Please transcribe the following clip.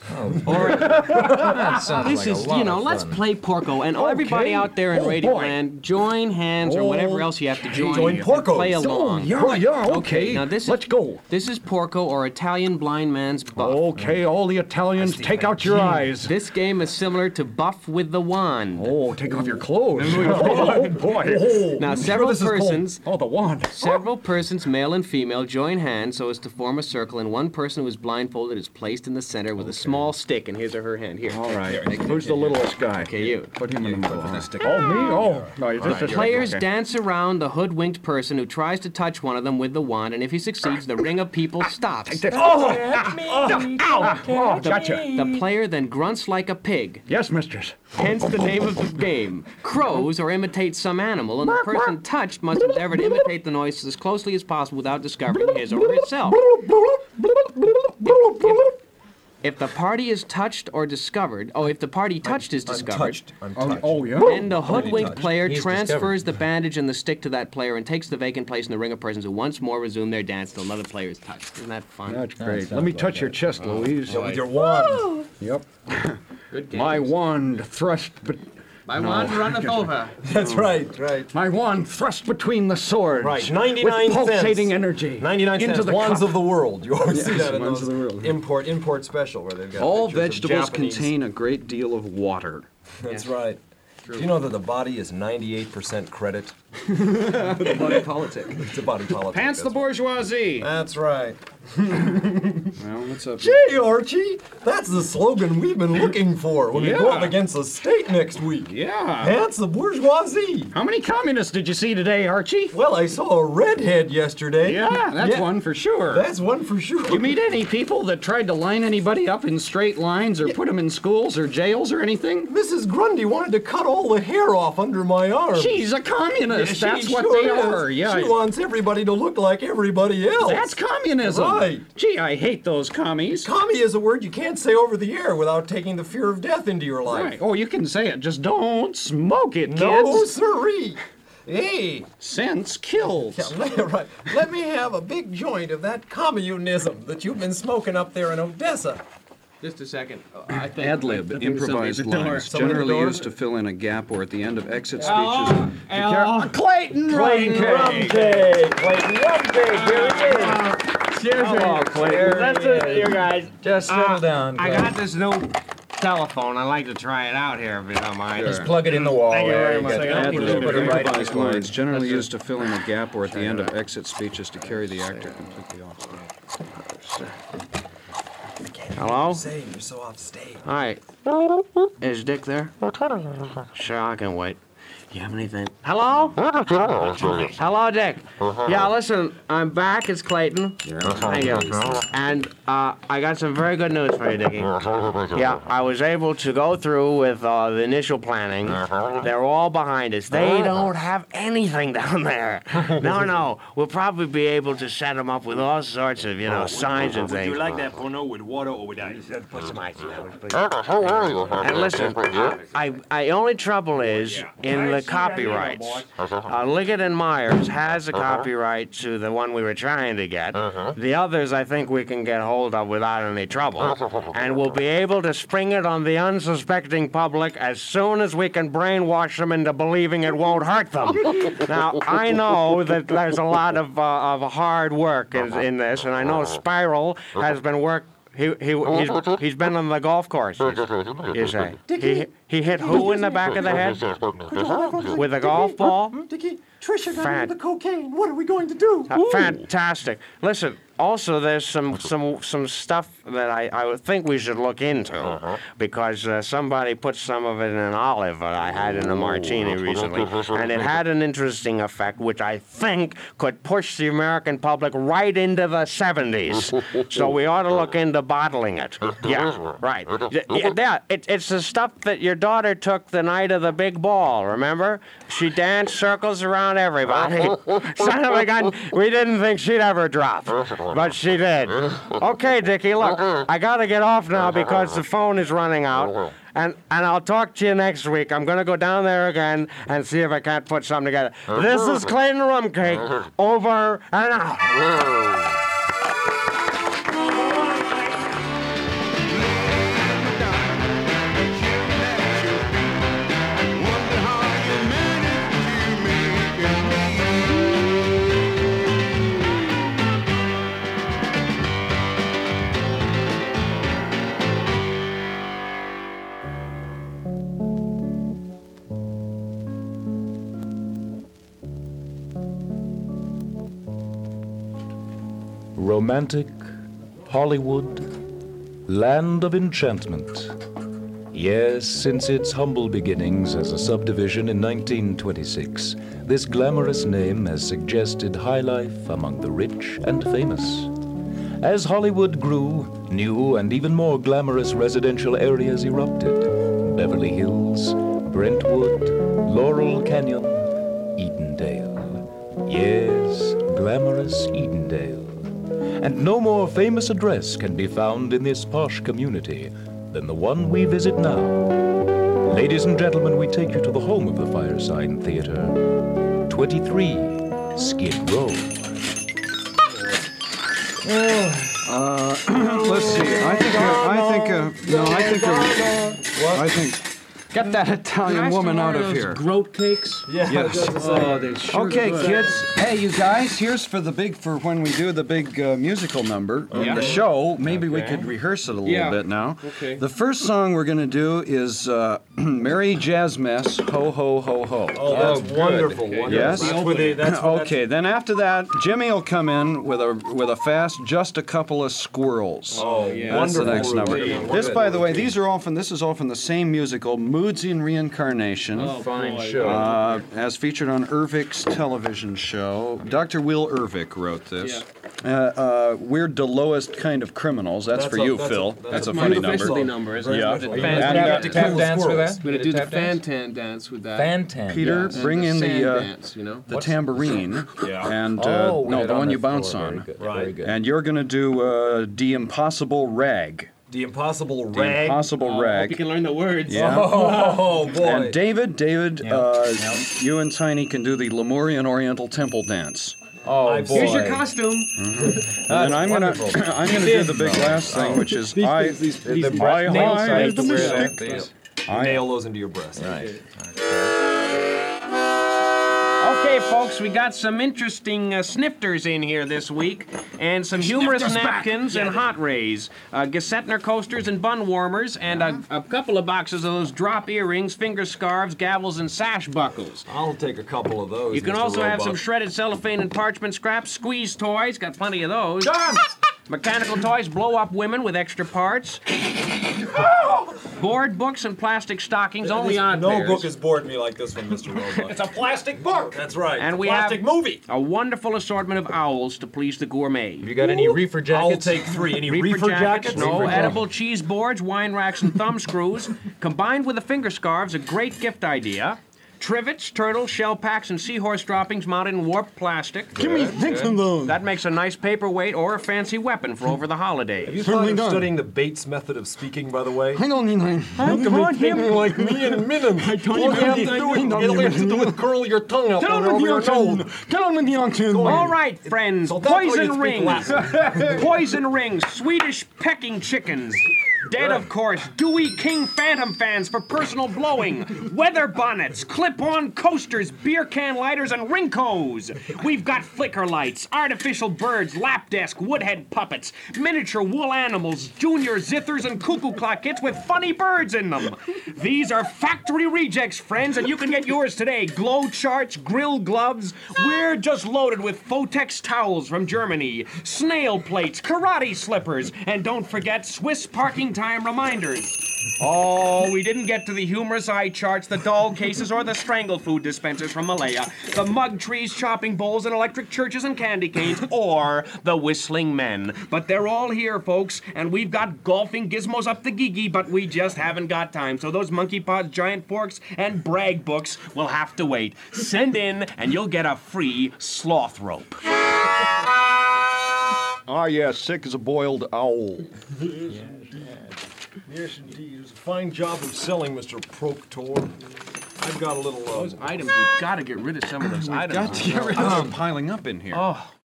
Porco. Or that Ah, sounds This like a is, lot you know, of let's fun. play Porco, and Okay. everybody out there in Oh, Radio boy. Land, join hands or whatever else you have to join. Join and Porco. Play So, along. yeah, yeah, okay. Now this is, Let's go. Oh. This is Porco, or Italian blind man's buff. Okay, all the Italians, take out your eyes. This game is similar to Buff with the Wand. Oh, take off your clothes. oh, boy. Now, I'm sure several this is cold. persons- Oh, the wand. Several persons, male and female, join hands so as to form a circle, and one person who is blindfolded is placed in the center with a small stick in his or her hand. Here. All right. Who's the littlest guy? Okay, you. Put him in the middle. Put huh? the stick- Oh, me? Oh, no, you're just Alright, a Players okay. dance around the hoodwinked person who tries to touch one of them with the wand, and if he succeeds, the ring of Ah, people stops. Oh, ow, oh, gotcha. The player then grunts like a pig, Yes, mistress. hence the name of the game. Crows or imitate some animal, and the person touched must endeavor to imitate the noise as closely as possible without discovering his or herself. If the party is touched or discovered, oh, if the party touched is discovered, Untouched. Untouched. Oh, yeah. then the hoodwinked touched. player He's transfers the bandage and the stick to that player and takes the vacant place in the ring of persons who once more resume their dance till another player is touched. Isn't that fun? That's great. Let sounds me like touch your it. chest, Louise. With your wand. Yep. Good game. My wand thrust, be- My wand runneth over. That's right, right. my wand thrust between the swords. Right, 99 With pulsating cents. energy. 99 into cents. the Wands cup. of the world. You always see Yes, that in wands those of the world. import import special where they've got. All pictures of vegetables Japanese- contain a great deal of water. That's right. Do you know that the body is 98% credit? Body politic. It's a body politic. Pants the that's right. bourgeoisie. That's right. Well, what's up? Hey, Archie! That's the slogan we've been looking for when we go up Yeah. against the state next week. Yeah. Pants the bourgeoisie! How many communists did you see today, Archie? Well, I saw a redhead yesterday. Yeah, that's Yeah, one for sure. That's one for sure. you meet any people that tried to line anybody up in straight lines or put 'em put them in schools or jails or anything? Mrs. Grundy wanted to cut all the hair off under my arm. She's a communist. She that's what sure they is. are. Yeah. She wants everybody to look like everybody else. that's communism. Right. Gee, I hate those commies. Commie is a word you can't say over the air without taking the fear of death into your life. Right. Oh, you can say it. Just don't smoke it, No, kids. siree. Hey, Sense kills. yeah, let, right. let me have a big joint of that communism that you've been smoking up there in Odessa. Just a second. Oh, I think Ad lib, improvised lines, Somebody at the generally door? used to fill in a gap or at the end of exit speeches. Oh, Clayton, Clayton, Rumday, Clayton Rumday, here Hello, Claire. Let's do it, you guys. it is. Just settle down. I Clayton. got this new telephone. I'd like to try it out here if you don't mind. Just plug it in the wall. Thank you There very you much. go. Thank you. Put it right in Improvised the lines, generally used to fill in a gap or at the end of exit speeches to carry the actor completely off. Hello? Say, you're so off stage. Hi. Is Dick there? Sure, I can wait. You have anything? Hello? Hello, Dick. Yeah, listen, I'm back. It's Clayton. Thank you. And uh, I got some very good news for you, Dickie. Yeah, I was able to go through with uh, the initial planning. They're all behind us. They don't have anything down there. No, no. We'll probably be able to set them up with all sorts of, you know, signs and things. like that porno with water or with ice? Put some ice in that, please. And listen, I, I, I only trouble is in the copyrights. Uh, Liggett and Myers has a copyright to the one we were trying to get. The others I think we can get hold of without any trouble. And we'll be able to spring it on the unsuspecting public as soon as we can brainwash them into believing it won't hurt them. now, I know that there's a lot of, uh, of hard work in, in this, and I know Spiral has been worked. He, he, he's, he's been on the golf course. You say. He, he hit who in the back of the head? With a golf ball? Dickie, Trisha got Fat. into cocaine. What are we going to do? Uh, Fantastic. Listen, also there's some some some stuff that I, I would think we should look into because uh, somebody put some of it in an olive that I had in a martini recently, and it had an interesting effect, which I think could push the American public right into the 70s. so we ought to look into bottling it. Yeah, right. Y- y- Yeah, it, it's the stuff that your daughter took the night of the big ball. Remember? She danced circles around everybody. Son of a gun, we didn't think she'd ever drop, but she did. Okay, Dickie, look, I gotta get off now because the phone is running out. And, and I'll talk to you next week. I'm going to go down there again and see if I can't put something together. This is Clayton Rumcake. Over and out. Thank Romantic, Hollywood, land of enchantment. Yes, since its humble beginnings as a subdivision in 1926, this glamorous name has suggested high life among the rich and famous. As Hollywood grew, new and even more glamorous residential areas erupted Beverly Hills, Brentwood, Laurel Canyon, Edendale. Yes, glamorous Edendale. And no more famous address can be found in this posh community than the one we visit now. Ladies and gentlemen, we take you to the home of the Fireside Theater, 23 Skid Row. Let's see. I think. I think. Uh, no, I think. Uh, I think. Get that Italian Nice woman to out of learn here. those Groat cakes. Yeah, Yes. Oh, they sure Okay, good. kids. Hey, you guys. Here's for the big for when we do the big uh, musical number, of the show. Maybe we could rehearse it a little Yeah. bit now. Okay. The first song we're gonna do is uh, "Merry Jazz Mess." Ho ho ho ho. Oh, that's wonderful, wonderful. Yes. That's where they, that's where okay, then after that, Jimmy will come in with a with a fast, just a couple of squirrels. Oh, yeah. That's the Wonderful next number. routine. This, Good by the way, routine. these are all from this is all from the same musical, Moods in Reincarnation, Oh, Oh fine uh, as featured on Ervik's television show. Dr. Will Ervik wrote this. Uh, uh, we're the lowest kind of criminals. That's, That's for a- you, that's a- Phil. that's that's a a funny beautiful number. song. number, isn't Yeah. it? Are The you fan- gonna have I'm gonna- to I'm kill gonna dance do with the that? I'm gonna Did do it the tap dance? fan-tan dance with that. Fan tan. Peter, And bring in sand the uh, dance, you know. the tambourine, and uh, Oh, no, right the one the you bounce floor. Very on. good, Right. Very good. And you're gonna do uh, the impossible rag. The impossible The rag. impossible rag. You can learn the words. yeah. Oh boy. And David, David, uh, yeah. you and Tiny can do the Lemurian Oriental Temple dance. oh I've boy. seen- Here's your costume. and then I'm wonderful. gonna, I'm gonna do the big last thing, which is I, I nail hide sites the where music. that- You nail those into your breast. Right. Okay, folks, we got some interesting uh, snifters in here this week, and some humorous napkins and hot rays, uh, Gessetner coasters and bun warmers, and a, a couple of boxes of those drop earrings, finger scarves, gavels, and sash buckles. I'll take a couple of those. You can Mr. also have some Roebuck. shredded cellophane and parchment scraps, squeeze toys, got plenty of those. Mechanical toys, blow up women with extra parts. Board books and plastic stockings, only Uh, This- odd No pairs. book has bored me like this one, Mr. Roebuck. it's a plastic book. That's right. And It's a we plastic have- movie. A wonderful assortment of owls to please the gourmet. You got any reefer I'll jackets? take three. Any Reefer, jackets, no Reefer jackets. edible cheese boards, wine racks, and thumb screws, combined with the finger scarves, a great gift idea. Trivets, turtle, shell packs, and seahorse droppings mounted in warped plastic. Give me That makes a nice paperweight or a fancy weapon for over the Have holidays. you Certainly thought of done. studying the Bates method of speaking, by the way? Hang on, hang on. like me in minutes. I don't All even you have to need- do, don't all you have to even- do is curl your tongue up and over your nose. Get on with the action. All right, friends, So that way you poison speak rings. Latin. poison rings, Swedish pecking chickens. Dead, of course, Dewey King Phantom fans for personal blowing, weather bonnets, clip on coasters, beer can lighters, and Rinkos. We've got flicker lights, artificial birds, lap desk, woodhead puppets, miniature wool animals, junior zithers, and cuckoo clockets with funny birds in them. These are factory rejects, friends, and you can get yours today. Glow charts, grill gloves. We're just loaded with Fotex towels from Germany, snail plates, karate slippers, and don't forget Swiss parking time reminders. Oh, we didn't get to the humorous eye charts, the doll cases, or the strangle food dispensers from Malaya, the mug trees, chopping bowls, and electric churches and candy canes, or the whistling men. But they're all here, folks, and we've got golfing gizmos up the gigi, but we just haven't got time. So those monkey pods, giant forks, and brag books will have to wait. Send in, and you'll get a free sloth rope. Ah, yeah, sick as a boiled owl. Yes, indeed. It's a fine job of selling, Mr. Proctor. I've got a little. Uh, Um, Items, you've got to get rid of some of those items. God, get rid of them piling up in here. Oh,